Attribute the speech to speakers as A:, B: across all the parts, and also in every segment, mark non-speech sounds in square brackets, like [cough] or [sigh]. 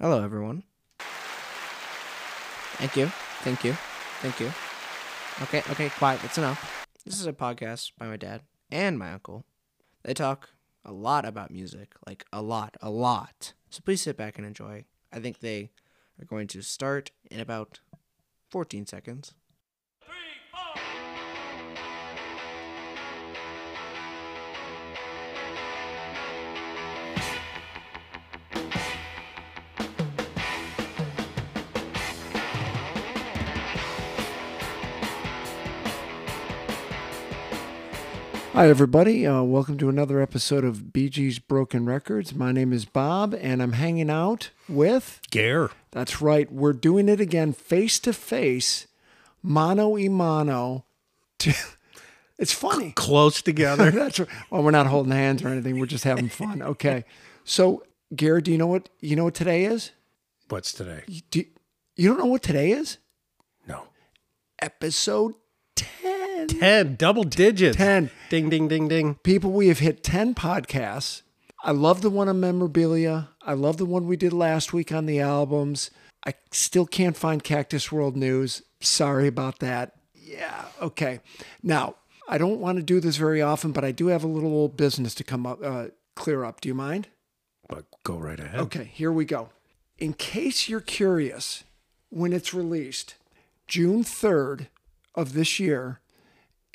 A: Hello, everyone. Thank you. Thank you. Thank you. Okay, okay, quiet. That's enough. This is a podcast by my dad and my uncle. They talk a lot about music, like a lot, a lot. So please sit back and enjoy. I think they are going to start in about 14 seconds.
B: Hi, everybody. Uh, welcome to another episode of BG's Broken Records. My name is Bob, and I'm hanging out with.
C: Gare.
B: That's right. We're doing it again, face to face, mano y mano. [laughs] To, it's
C: [laughs]
B: funny.
C: Close together.
B: That's right. Well, we're not holding hands or anything. We're just having fun. Okay. So, Garrett, do you know what you know what today is?
C: What's today?
B: Do, you don't know what today is?
C: No.
B: Episode ten.
C: 10, double digits.
B: 10.
C: Ding, ding, ding, ding.
B: people we have hit 10 podcasts i love the one on memorabilia i love the one we did last week on the albums i still can't find cactus world news sorry about that yeah okay now i don't want to do this very often but i do have a little old business to come up uh, clear up do you mind
C: But go right ahead.
B: Okay, here we go. In case you're curious, when it's released, June 3rd of this year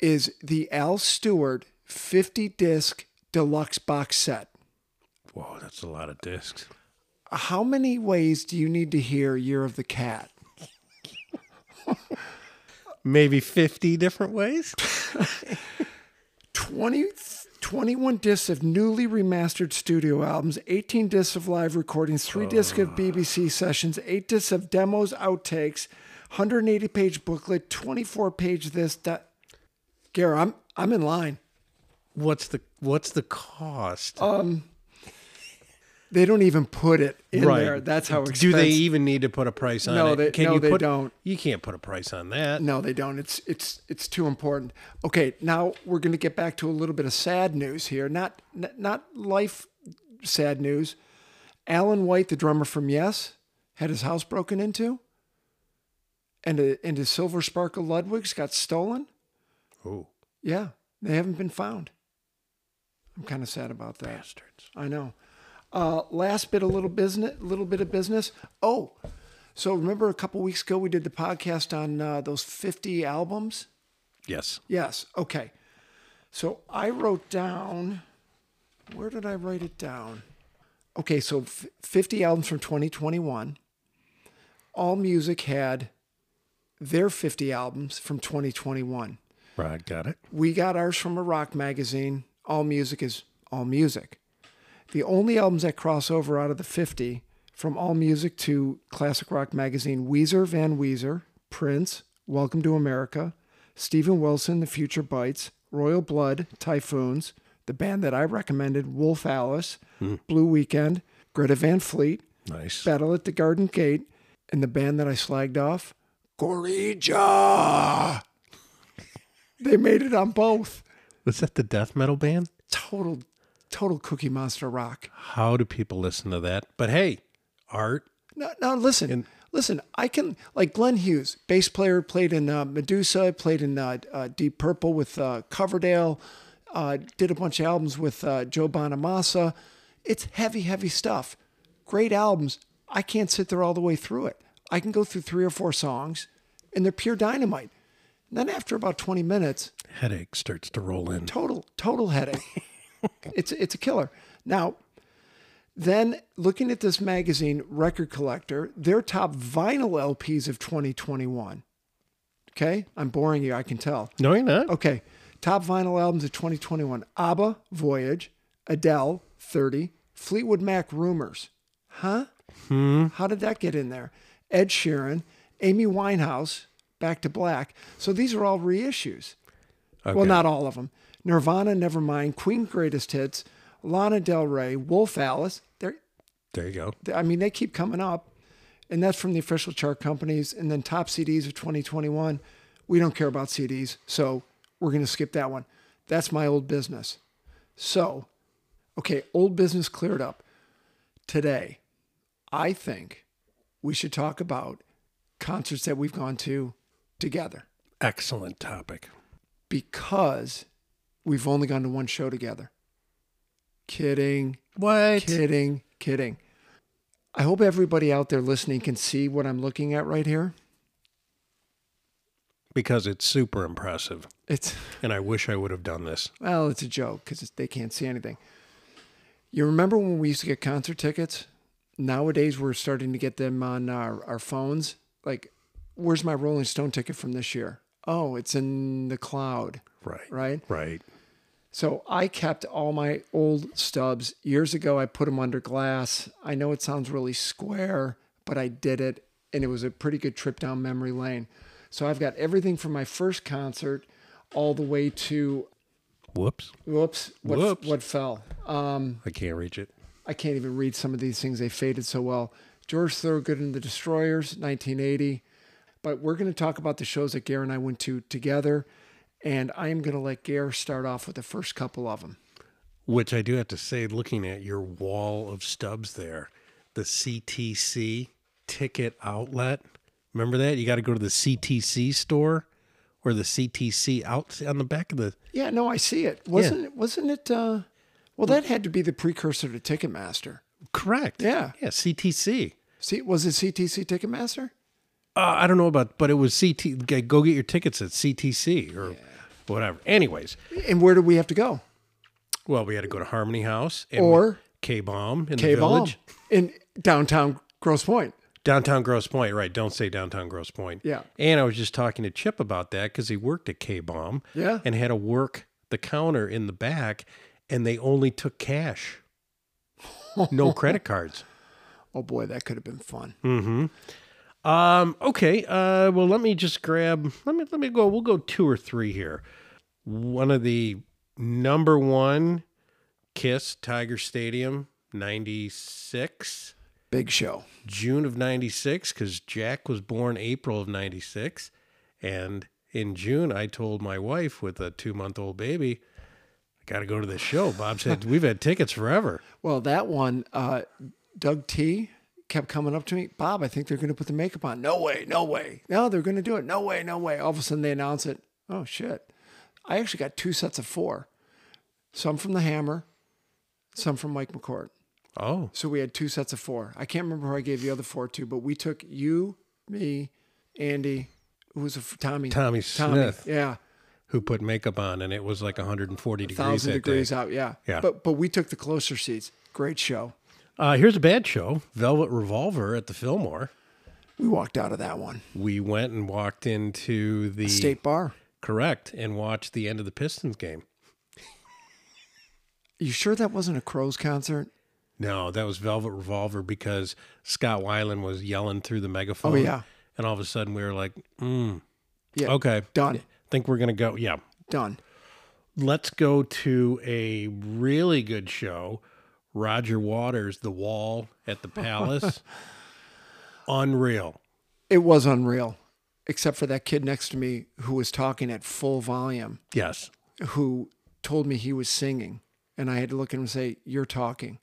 B: is the Al Stewart 50 disc deluxe box set.
C: Whoa, that's a lot of discs.
B: How many ways do you need to hear Year of the Cat?
C: Maybe 50 different ways?
B: 20, 21 discs of newly remastered studio albums, 18 discs of live recordings, three discs of BBC sessions, eight discs of demos, outtakes, 180 page booklet, 24 page this, that. Gare, I'm, I'm in line.
C: What's the what's the cost?
B: They don't even put it in
C: Right.
B: there. That's how expensive.
C: Do they even need to put a price on
B: No,
C: it?
B: they- no,
C: you
B: they
C: put-
B: don't.
C: You can't put a price on that.
B: No, they don't. It's it's it's too important. Okay, now we're going to get back to a little bit of sad news here. Not n- not life sad news. Alan White, the drummer from Yes, had his house broken into, and a, and his silver sparkle Ludwig's got stolen.
C: Oh,
B: Yeah, they haven't been found. I'm kind of sad about that.
C: bastards.
B: I know. Uh, last bit, a little business, little bit of business. Oh, so remember a couple weeks ago we did the podcast on uh, those 50 albums.
C: Yes.
B: Yes. Okay. So I wrote down. Where did I write it down? Okay, so f- 50 albums from 2021. All Music had their 50 albums from 2021.
C: Right, got it.
B: We got ours from a rock magazine. All music is all music. The only albums that cross over out of the 50 from All Music to Classic Rock Magazine Weezer, Van Weezer, Prince, Welcome to America, Stephen Wilson, The Future Bites, Royal Blood, Typhoons, the band that I recommended, Wolf Alice, Blue Weekend, Greta Van Fleet,
C: Nice.
B: Battle at the Garden Gate, and the band that I slagged off, Gorija. They made it on both.
C: Was that the death metal band?
B: Total, total Cookie Monster rock.
C: How do people listen to that? But hey, art.
B: No, no, listen, listen. I can like Glenn Hughes, bass player, played in uh, Medusa, played in uh, uh, Deep Purple with uh, Coverdale, uh, did a bunch of albums with uh, Joe Bonamassa. It's heavy, heavy stuff. Great albums. I can't sit there all the way through it. I can go through three or four songs, and they're pure dynamite. And then after about twenty minutes,
C: Headache starts to roll in.
B: total total headache. it's it's a killer. Now, then looking at this magazine, Record Collector, their top vinyl LPs of 2021. Okay, I'm boring you. I can tell.
C: No, you're not.
B: Okay, top vinyl albums of 2021: ABBA, Voyage, Adele, 30, Fleetwood Mac, Rumors. Huh? How did that get in there? Ed Sheeran, Amy Winehouse, Back to Black. So these are all reissues. Well,
C: Okay.
B: not all of them. Nirvana, Nevermind, Queen Greatest Hits, Lana Del Rey, Wolf Alice. They're,
C: There you go.
B: they- I mean, they keep coming up. And that's from the official chart companies. And then top CDs of 2021. We don't care about CDs. So we're going to skip that one. That's my old business. So, okay, old business cleared up. Today, I think we should talk about concerts that we've gone to together
C: Excellent topic.
B: because we've only gone to one show together. Kidding,
C: What?
B: kidding, kidding. I hope everybody out there listening can see what I'm looking at right here.
C: Because it's super impressive.
B: It's
C: And I wish I would have done this.
B: Well, it's a joke because they can't see anything. You remember when we used to get concert tickets? Nowadays, we're starting to get them on our, our phones. Like, where's my Rolling Stone ticket from this year? Oh, it's in the cloud,
C: Right.
B: right?
C: Right.
B: So I kept all my old stubs. Years ago, I put them under glass. I know it sounds really square, but I did it, and it was a pretty good trip down memory lane. So I've got everything from my first concert all the way to
C: Whoops.
B: Whoops. What,
C: Whoops.
B: what fell? Um,
C: I can't reach it.
B: I can't even read some of these things. They faded so well. George Thorogood and the Destroyers, 1980. But we're going to talk about the shows that Gare and I went to together. And I am going to let Gare start off with the first couple of them.
C: Which I do have to say, looking at your wall of stubs there, the CTC ticket outlet. Remember that? You got to go to the CTC store or the CTC out on the back of the.
B: Yeah, no, I see it. Wasn't it? Wasn't it? Uh, well, that had to be the precursor to Ticketmaster.
C: Correct.
B: Yeah.
C: Yeah. CTC.
B: See, was it CTC Ticketmaster?
C: Uh, I don't know about, but it was CT. g- Go get your tickets at CTC or whatever. Anyways,
B: And where did we have to go?
C: well, we had to go to Harmony House and
B: Or-
C: K Bomb in
B: K
C: the
B: Bomb
C: village.
B: in downtown Gross Point.
C: Downtown Gross Point, right? Don't say Downtown Gross Point.
B: Yeah.
C: And I was just talking to Chip about that because he worked at K Bomb.
B: Yeah.
C: And had to work the counter in the back, and they only
B: [laughs]
C: took cash, no credit cards.
B: Oh boy, that could have been fun.
C: Hmm. Um. Okay. Uh. Well, let me just grab. Let me. Let me go. We'll go two or three here. One of the number one, Kiss Tiger Stadium, ninety six.
B: Big show.
C: June of 96 because Jack was born April of 96. And in June, I told my wife with a two month old baby, I got to go to this show. Bob said, We've had tickets forever.
B: Well, that one, uh, Doug T kept coming up to me. Bob, I think they're going to put the makeup on. No way, no way. No, they're going to do it. No way, no way. All of a sudden they announce it. Oh, shit. I actually got two sets of four some from The Hammer, some from Mike McCord.
C: Oh,
B: So we had two sets of four. I can't remember who I gave the other four to, but we took you, me, Andy, who was a f- Tommy.
C: Tommy Smith.
B: Yeah.
C: who put makeup on, and it was like 140 degrees
B: Thousand
C: that
B: degrees
C: day.
B: out. Yeah.
C: Yeah.
B: But, but we took the closer seats. Great show.
C: Uh, here's a bad show Velvet Revolver at the Fillmore.
B: We walked out of that one.
C: We went and walked into the
B: State Bar.
C: correct and watched the end of the Pistons game.
B: You sure that wasn't a Crows concert?
C: No, that was Velvet Revolver because Scott Weiland was yelling through the megaphone.
B: Oh, yeah.
C: And all of a sudden we were like, mm,
B: Yeah.
C: okay,
B: Done.
C: think we're going to go. Yeah.
B: Done.
C: Let's go to a really good show. Roger Waters, The Wall at
B: [laughs]
C: the Palace. Unreal.
B: It was unreal, except for that kid next to me who was talking at full volume,
C: Yes.
B: who told me he was singing. And I had to look at him and say, You're talking.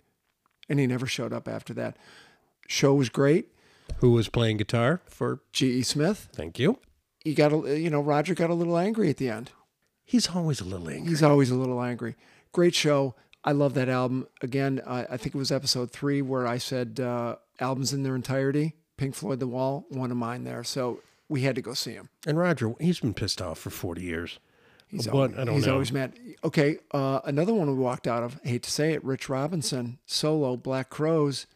B: And he never showed up after that. Show was great.
C: Who was playing guitar for,
B: G.E. Smith,
C: thank you.
B: you got a, you know, Roger got a little angry at the end.
C: He's always a little angry.
B: He's always a little angry. Great show. I love that album. Again, I, I think it was episode three where I said uh, albums in their entirety. Pink Floyd, The Wall, one of mine there. So we had to go see him.
C: And Roger, he's been pissed off for 40 years.
B: He's,
C: What?
B: always,
C: I don't
B: he's
C: know.
B: always mad. Okay, uh, another one we walked out of. I hate to say it, Rich Robinson solo, Black Crows.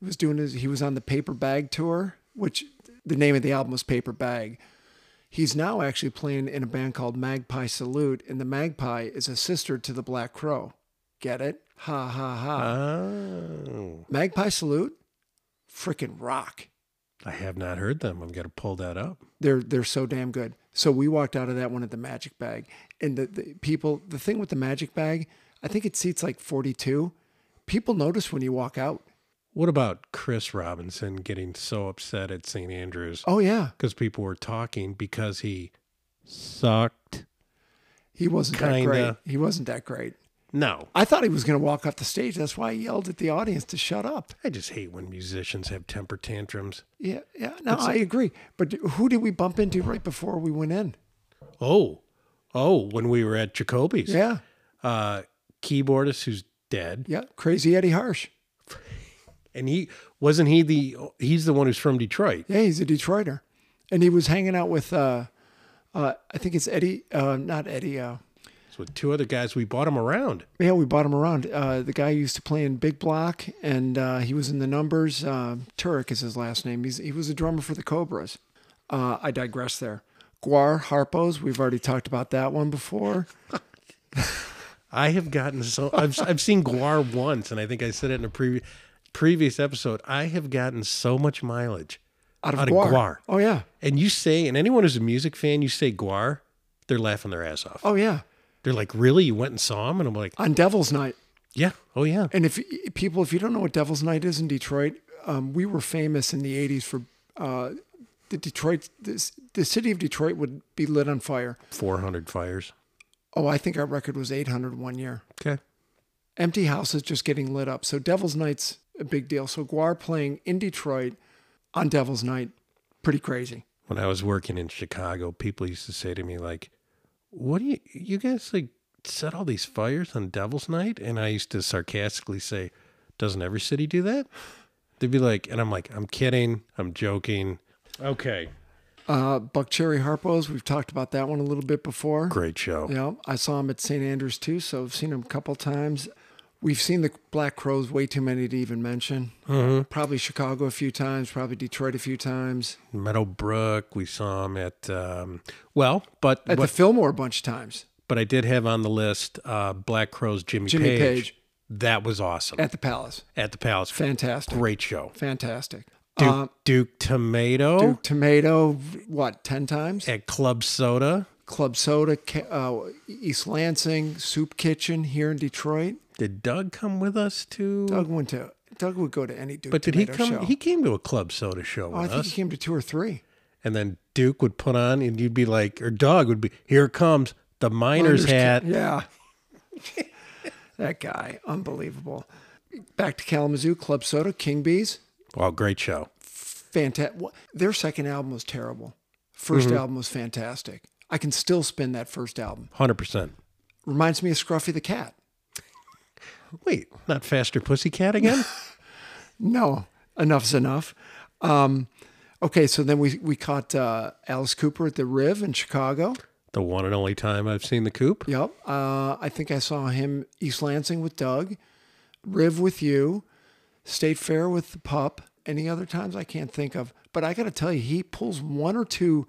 B: He was doing his. He was on the Paper Bag tour, which the name of the album was Paper Bag. He's now actually playing in a band called Magpie Salute, and the Magpie is a sister to the Black Crow. Get it? Ha ha
C: Uh.
B: ha!
C: Oh.
B: Magpie Salute, freaking rock.
C: I have not heard them. I'm going to pull that up.
B: they're they're so damn good. So we walked out of that one at the Magic Bag, and the, the people. The thing with the Magic Bag, I think it seats like forty two. People notice when you walk out.
C: What about Chris Robinson getting so upset at St. Andrews
B: Oh yeah,
C: because people were talking because he sucked?
B: he wasn't that
C: Kinda.
B: great. He wasn't that great.
C: No.
B: I thought he was going to walk off the stage. That's why I yelled at the audience to shut up.
C: I just hate when musicians have temper tantrums.
B: Yeah, yeah. No, I agree. But d- who did we bump into right before we went in?
C: Oh, oh, when we were at Jacoby's.
B: Yeah,
C: Uh, keyboardist who's dead.
B: yeah. Crazy Eddie Harsh.
C: And he wasn't he the he's the one who's from Detroit.
B: Yeah, he's a Detroiter, and he was hanging out with, uh, uh, I think it's Eddie, uh, not Eddie. Uh,
C: So with two other guys we bought him around.
B: yeah, we bought him around. Uh, the guy who used to play in Big Block, and uh, he was in the numbers. Uh, Turek is his last name. He's he was a drummer for the Cobras. Uh, I digress. There, Guar Harpos. We've already talked about that one before.
C: I have gotten so
B: [laughs]
C: I've I've seen Guar once and I think I said it in a previous previous episode. I have gotten so much mileage.
B: Out of,
C: Out of
B: Guar.
C: Guar.
B: Oh yeah.
C: And you say and anyone who's a music fan, you say Guar, they're laughing their ass off.
B: Oh yeah.
C: They're like, "Really? You went and saw him?" And I'm like,
B: On Devil's Night.
C: "Yeah. Oh yeah."
B: And if people, if you don't know what Devil's Night is in Detroit, um, we were famous in the '80s for uh, the Detroit, this, the city of Detroit would be lit on fire.
C: 400 fires.
B: Oh, I think our record was 800 one year.
C: Okay.
B: Empty houses just getting lit up. So Devil's Night's a big deal. So Guar playing in Detroit on Devil's Night, pretty crazy.
C: when I was working in Chicago, people used to say to me like, "What do you you guys like set all these fires on Devil's Night?" And I used to sarcastically say, "Doesn't every city do that?" They'd be like, and I'm like, "I'm kidding. I'm joking." Okay.
B: Uh, Buck Cherry Harpos, we've talked about that one a little bit before.
C: Great show.
B: Yeah, I saw him at St. Andrews too, so I've seen him a couple times. We've seen the Black Crows way too many to even mention.
C: Mm-hmm.
B: Probably Chicago a few times, probably Detroit a few times,
C: Meadowbrook, we saw him at um, well, but
B: at
C: what,
B: the Fillmore a bunch of times,
C: but I did have on the list uh, Black Crowes Jimmy,
B: Jimmy Page.
C: That was awesome. At,
B: at the Palace.
C: the Palace.
B: Fantastic,
C: Great show.
B: fantastic.
C: Duke,
B: Uh,
C: Duke Tomato
B: Duke Tomato, what ten times?
C: at Club Soda.
B: Club Soda, Ca- uh, East Lansing, Soup Kitchen here in Detroit.
C: Did Doug come with us to?
B: Doug went to. Doug would go to any Duke
C: Hmm. but did he
B: Tomato
C: come?
B: show.
C: He came to a club soda show
B: oh, I
C: with
B: think
C: us,
B: he came to two or three.
C: and then Duke would put on, and you'd be like, or Doug would be, "Here comes the miner's hat."
B: Yeah. [laughs] that guy, unbelievable. Back to Kalamazoo, Club Soda, King Bees.
C: Well, great show.
B: Fantastic. Their second album was terrible. 1st
C: Mm-hmm.
B: album was fantastic. I can still spin that first album.
C: Hundred percent.
B: Reminds me of Scruffy the Cat.
C: Wait, not faster
B: [laughs]
C: pussycat again?
B: No, enough's enough. Um, okay, so then we, we caught uh, Alice Cooper at the Riv in Chicago.
C: the one and only time I've seen the coop.
B: Yep. Uh, I think I saw him East Lansing with Doug, Riv with you, State Fair with the pup. Any other times I can't think of. But I got to tell you, he pulls one or two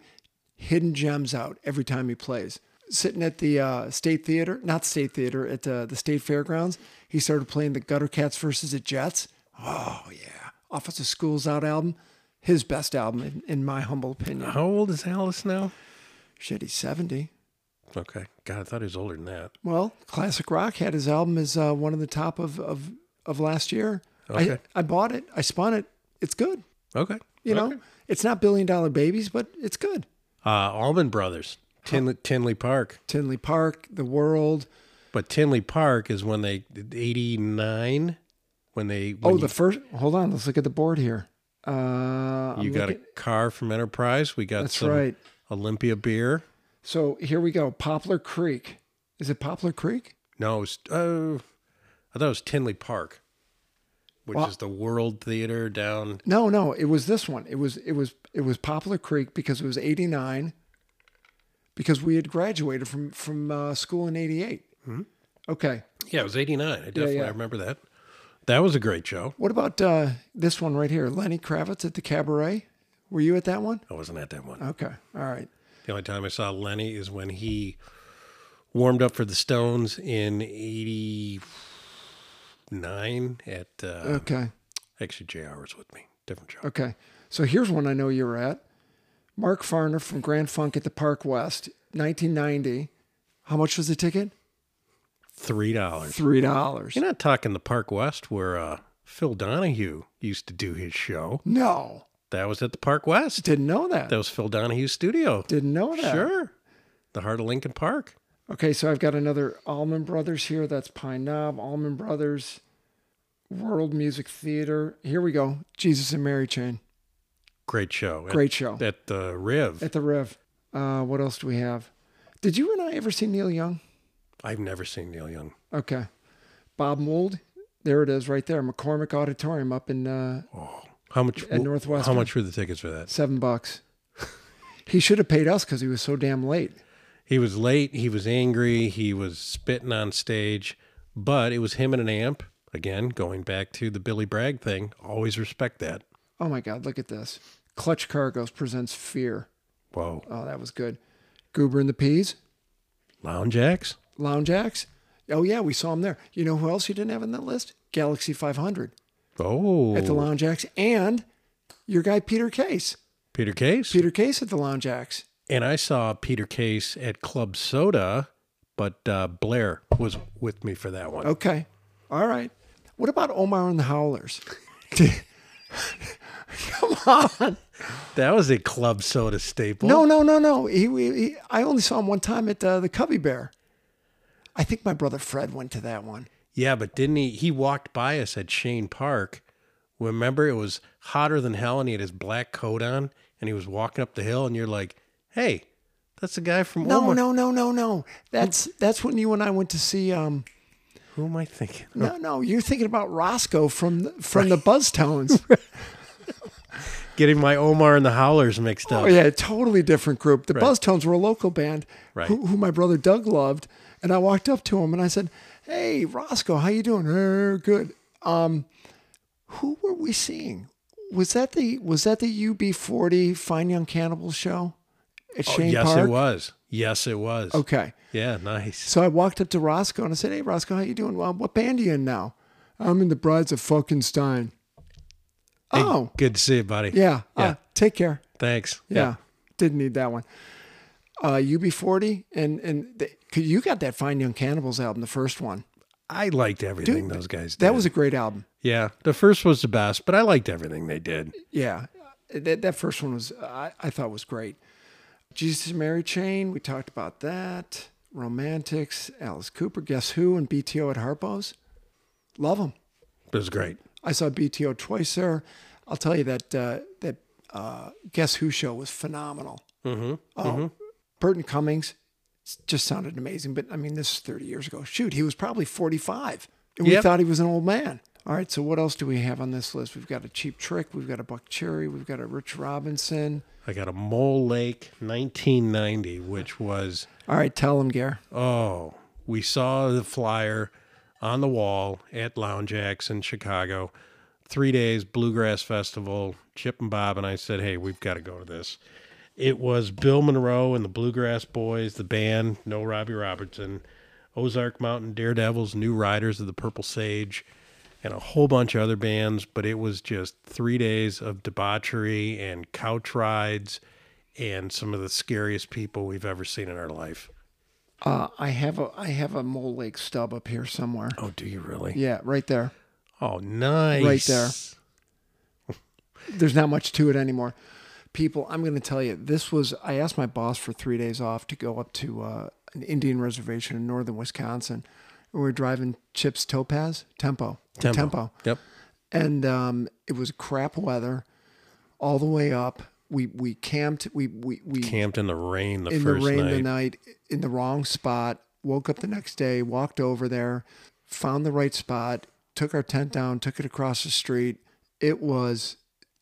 B: hidden gems out every time he plays. Sitting at the uh, State Theater, not State Theater, at uh, the State Fairgrounds, he started playing the Gutter Cats versus the Jets. Oh, yeah. Office of Schools Out album, his best album, in, in my humble opinion.
C: How old is Alice now?
B: Shit, he's 70.
C: Okay, God, I thought he was older than that.
B: Well, classic rock had his album as uh, one of the top of of, of last year.
C: Okay.
B: I, I bought it. I spun it. It's good.
C: Okay,
B: You
C: okay.
B: know, it's not billion dollar babies, but it's good.
C: uh, Allman Brothers, Tinley, Tinley Park.
B: Tinley Park, The World.
C: But Tinley Park is when they eighty nine, when they when
B: oh,
C: you-
B: the first. Hold on. Let's look at the board here. Uh, I'm
C: You got
B: looking-
C: a car from Enterprise. We got
B: That's
C: some
B: right.
C: Olympia beer.
B: So here we go. Poplar Creek. Is it Poplar Creek?
C: No, it's, uh, I thought it was Tinley Park, which
B: Well-
C: is the World Theater down.
B: No, no, it was this one. It was it was it was Poplar Creek because it was '89. Because we had graduated from from uh, school in '88.
C: Hmm?
B: Okay,
C: Yeah, it was '89. I definitely
B: yeah.
C: remember that. That was a great show.
B: what about uh, this one right here? Lenny Kravitz at the Cabaret. Were you at that one?
C: I wasn't at that one.
B: Okay, all right.
C: The only time I saw Lenny is when he warmed up for the Stones in '89 at uh,
B: Okay,
C: actually JR was with me. Different show.
B: okay. So here's one I know you were at. Mark Farner from Grand Funk at the Park West, 1990. How much was the ticket?
C: Three dollars.
B: Three dollars.
C: You're not talking the Park West where uh, Phil Donahue used to do his show.
B: No,
C: That was at the Park West.
B: didn't know that.
C: That was Phil Donahue's studio.
B: Didn't know that.
C: Sure. The heart of Lincoln Park.
B: Okay, so I've got another Allman Brothers here. That's Pine Knob, Allman Brothers, World Music Theater. Here we go. Jesus and Mary Chain.
C: Great show. at-
B: Great show.
C: At the Riv.
B: At the Rev. Uh, what else do we have? Did you and I ever see Neil Young?
C: I've never seen Neil Young.
B: Okay. Bob Mould. There it is right there. McCormick Auditorium up in uh,
C: How much?
B: At Northwestern.
C: How much were the tickets for that?
B: seven bucks. [laughs] he should have paid us because he was so damn late.
C: He was late. He was angry. He was spitting on stage, but it was him and an amp. Again, going back to the Billy Bragg thing. Always respect that.
B: Oh my God, look at this. Clutch Cargos presents Fear.
C: Whoa,
B: Oh, that was good. Goober and the Peas.
C: lounge acts.
B: Lounge Axe. Oh yeah, we saw him there. You know who else you didn't have on that list? Galaxy 500
C: Oh,
B: at the Lounge Axe, and your guy Peter Case.
C: Peter Case.
B: Peter Case at the Lounge Axe.
C: and I saw Peter Case at Club Soda, but uh, Blair was with me for that one.
B: Okay, all right. What about Omar and the [laughs] Howlers? Come on.
C: That was a Club Soda staple.
B: No, no, no, no. He, he, he- I only saw him one time at uh, the Cubby Bear. I think my brother Fred went to that one.
C: Yeah, but didn't he? He walked by us at Shane Park. Remember, it was hotter than hell, and he had his black coat on, and he was walking up the hill, and you're like, "Hey, that's the guy from
B: No,
C: Omar."
B: no, no, no, no. That's that's when you and I went to see um,
C: Who am I thinking?
B: No, no, you're thinking about Roscoe from the, from the [laughs] Buzztones.
C: Getting my Omar and the Howlers mixed up.
B: oh yeah, totally different group. The Buzztones were a local band
C: Right.
B: who, who my brother Doug loved, and I walked up to him and I said, "Hey, Roscoe, how you doing? "Er, good. Um, who were we seeing? Was that the was that the UB40 Fine Young Cannibals show at Shane
C: Oh, yes,
B: Park?
C: it was. Yes, it was.
B: Okay.
C: Yeah, nice.
B: So I walked up to Roscoe and I said, "Hey, Roscoe, how you doing? Well, what band are you in now? I'm in the Brides of Funkenstein.
C: Hey,
B: Oh,
C: good to see you, buddy.
B: yeah.
C: Yeah.
B: Uh, take care.
C: Thanks.
B: Yeah. Didn't need that one. Uh, UB40 and and they, 'cause you got that Fine Young Cannibals album, the first one.
C: I liked everything those guys did.
B: That was a great album.
C: yeah. The first was the best, but I liked everything they did.
B: Yeah. That that first one was I, I thought was great. Jesus and Mary Chain, we talked about that. Romantics, Alice Cooper, Guess Who, and BTO at Harpo's. Love them.
C: It was great.
B: I saw BTO twice there. I'll tell you that uh, that uh, Guess Who show was phenomenal. Mm-hmm. Oh, Burton Cummings s- just sounded amazing. But I mean, this is 30 years ago. Shoot, he was probably 45, and we
C: Yep.
B: thought he was an old man. All right, so what else do we have on this list? We've got a Cheap Trick, we've got a Buck Cherry, we've got a Rich Robinson.
C: I got a Mole Lake 1990, which was
B: All right, tell him, Gare.
C: Oh, we saw the flyer on the wall at Lounge Acts in Chicago. Three days, Bluegrass Festival. Chip and Bob and I said, hey, we've got to go to this. It was Bill Monroe and the Bluegrass Boys, the band, no Robbie Robertson, Ozark Mountain Daredevils, New Riders of the Purple Sage, and a whole bunch of other bands. But it was just three days of debauchery and couch rides and some of the scariest people we've ever seen in our life.
B: Uh, I have a I have a Mole Lake stub up here somewhere.
C: Oh, do you really?
B: Yeah, right there.
C: Oh, nice.
B: Right there. there's not much to it anymore. People, I'm going to tell you, this was, I asked my boss for three days off to go up to uh, an Indian reservation in northern Wisconsin. And we were driving Chips Topaz, Tempo.
C: Tempo. Yep.
B: And um, it was crap weather all the way up. We, we camped, we, we, we
C: Camped in the rain the
B: in the
C: first
B: rain
C: night.
B: the night in the wrong spot. Woke up the next day, walked over there, found the right spot, took our tent down, took it across the street. It was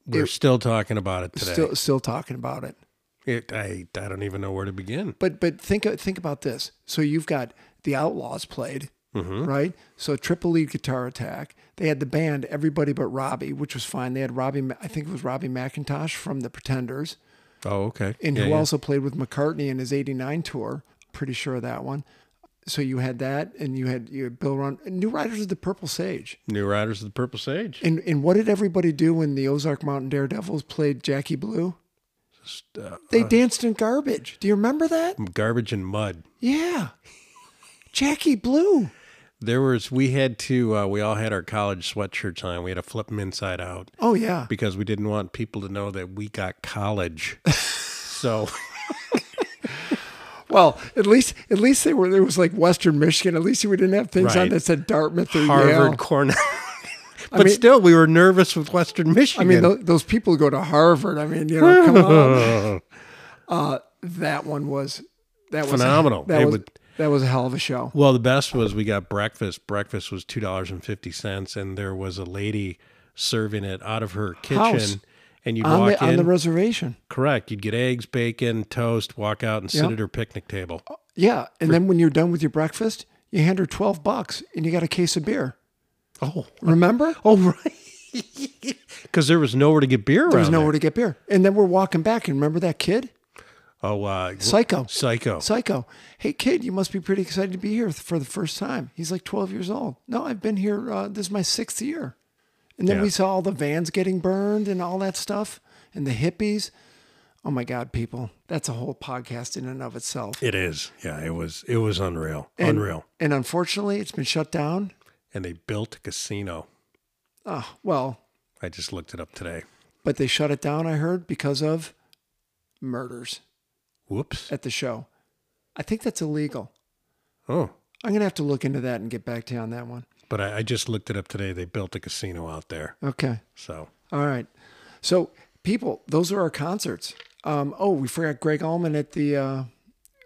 C: We're still talking about it today.
B: still still talking about it.
C: It- I, I don't even know where to begin.
B: But but think think about this. So you've got the Outlaws played,
C: Mm-hmm.
B: right? So triple lead guitar attack. They had the band Everybody But Robbie, which was fine. They had Robbie, Ma- I think it was Robbie McIntosh from the Pretenders,
C: Oh, okay.
B: and
C: Yeah,
B: who
C: yeah.
B: also played with McCartney in his '89 tour. Pretty sure of that one. So you had that, and you had you had Bill Run, New Riders of the Purple Sage.
C: New Riders of the Purple Sage.
B: And and what did everybody do when the Ozark Mountain Daredevils played Jackie Blue?
C: uh,
B: they danced in garbage. Do you remember that?
C: Garbage and mud.
B: Yeah. Jackie Blue.
C: There was, we had to, uh, we all had our college sweatshirts on. We had to flip them inside out
B: Oh yeah.
C: because we didn't
B: [laughs]
C: want people to know that we got college. so
B: Well, at least at least they were there was like Western Michigan. At least we didn't have things on
C: Right.
B: that said Dartmouth or Yale.
C: Harvard, Cornell. but
B: mean-
C: still, we were nervous with Western
B: I
C: Michigan.
B: mean, tho- those people who go to Harvard. I mean, you know, come on.
C: [laughs]
B: Uh, that one was that was
C: Phenomenal.
B: That
C: It
B: was
C: would-
B: that was a hell of a show.
C: Well, the best was we got breakfast. Breakfast was two dollars and fifty cents, and there was a lady serving it out of her kitchen.
B: House.
C: And you'd
B: On
C: walk
B: the,
C: in.
B: on the reservation,
C: Correct. You'd get eggs, bacon, toast. Walk out and sit
B: Yeah. Oh,
C: at her picnic table.
B: [laughs] yeah. And then when you're done with your breakfast, you hand her twelve bucks, and you got a case of beer.
C: Oh,
B: Remember?
C: oh, right. [laughs] Because there was nowhere to get beer.
B: There was
C: around
B: nowhere to get beer. And then we're walking back, and remember that kid,
C: Oh, uh,
B: psycho.
C: psycho.
B: Psycho. Hey, kid, you must be pretty excited to be here for the first time. He's like 12 years old. No, I've been here. Uh, this is my sixth year. And then
C: Yeah.
B: we saw all the vans getting burned and all that stuff and the hippies. Oh my God, people. That's a whole podcast in and of itself.
C: It is. Yeah, it was. It was unreal.
B: And-
C: unreal.
B: And unfortunately, it's been shut down.
C: And they built a casino.
B: Oh, well,
C: I just looked it up today.
B: but they shut it down, I heard, because of murders
C: Whoops.
B: at the show. I think that's illegal.
C: Oh,
B: I'm going to have to look into that and get back to you on that one.
C: but I, I just looked it up today. They built a casino out there.
B: Okay.
C: So
B: All right. So, people, those are our concerts. Um, oh, we forgot Greg Allman at the uh,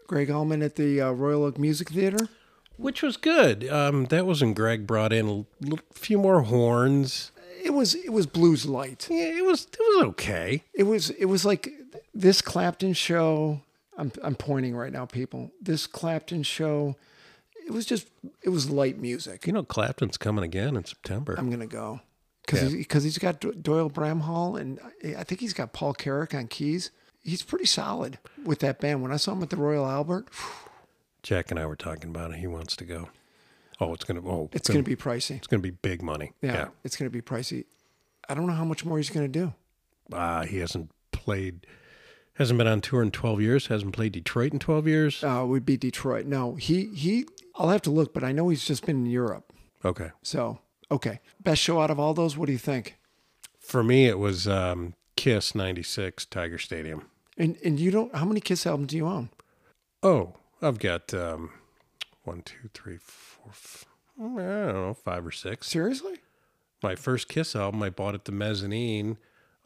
B: Greg Allman at the uh, Royal Oak Music Theater.
C: which was good. Um, that was when Greg brought in a l- few more horns.
B: It was it was blues light.
C: Yeah, it was it was okay.
B: It was it was like this Clapton show. I'm I'm pointing right now, people. This Clapton show. It was just it was light music.
C: You know, Clapton's coming again in September.
B: I'm gonna go because because he's got Do- Doyle Bramhall and uh, I- I think he's got Paul Carrick on keys. He's pretty solid with that band. When I saw him at the Royal Albert,
C: Jack and I were talking about it. He wants to go. Oh, it's gonna. Oh,
B: it's gonna be pricey.
C: It's gonna be big money.
B: Yeah, it's going to be pricey. I don't know how much more he's going to do.
C: yeah. Uh, he hasn't played. Hasn't been on tour in 12 years. Hasn't played Detroit in 12 years.
B: Uh, would be Detroit. No, he he. I'll have to look, but I know he's just been in Europe.
C: Okay.
B: So okay, best show out of all those. What do you think?
C: For me, it was um, Kiss '96 Tiger Stadium.
B: And and you don't. How many Kiss albums do you own?
C: Oh, I've got um, one, two, three, four, f- I don't know, five or six.
B: Seriously?
C: My first Kiss album I bought at the mezzanine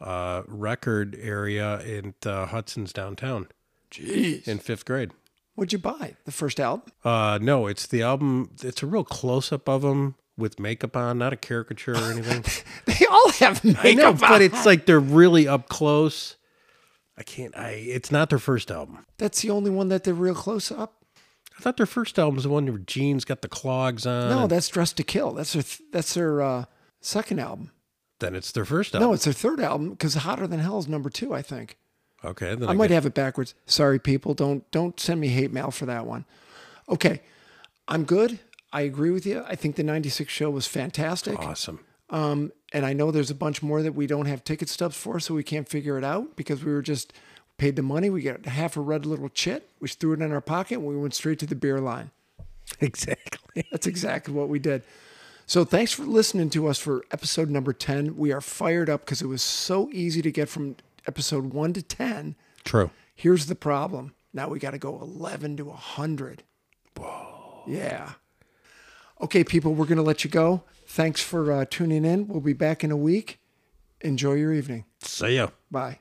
C: uh, record area in uh, Hudson's downtown
B: Jeez.
C: in fifth grade.
B: What'd you buy? The first album? [laughs]
C: Uh, no, it's the album. It's a real close up of them with makeup on, not a
B: [laughs]
C: caricature or anything.
B: They all have makeup.
C: I know,
B: on.
C: but it's like they're really up close. I can't. I. It's not their first album.
B: That's the only one that they're real close up.
C: I thought their first album was the one where Gene's got the clogs on.
B: No,
C: and
B: that's Dressed to Kill. That's their th- that's their uh, second album.
C: then it's their first album.
B: No, it's their third album because Hotter Than Hell is number two, I think.
C: okay. Then
B: I
C: I
B: might
C: guess-
B: have it backwards. Sorry, people. Don't don't send me hate mail for that one. Okay, I'm good. I agree with you. I think the '96 show was fantastic.
C: awesome.
B: Um, and I know there's a bunch more that we don't have ticket stubs for, so we can't figure it out because we were just paid the money. We got half a red little chit, which threw it in our pocket, and we went straight to the beer line.
C: Exactly.
B: That's [laughs] exactly what we did. So thanks for listening to us for episode number 10. We are fired up because it was so easy to get from episode 1 to 10
C: True.
B: Here's the problem. Now we got to go 11 to 100. Whoa. Yeah. Okay, people, we're going to let you go. Thanks for uh, tuning in. We'll be back in a week. Enjoy your evening.
C: See ya.
B: Bye.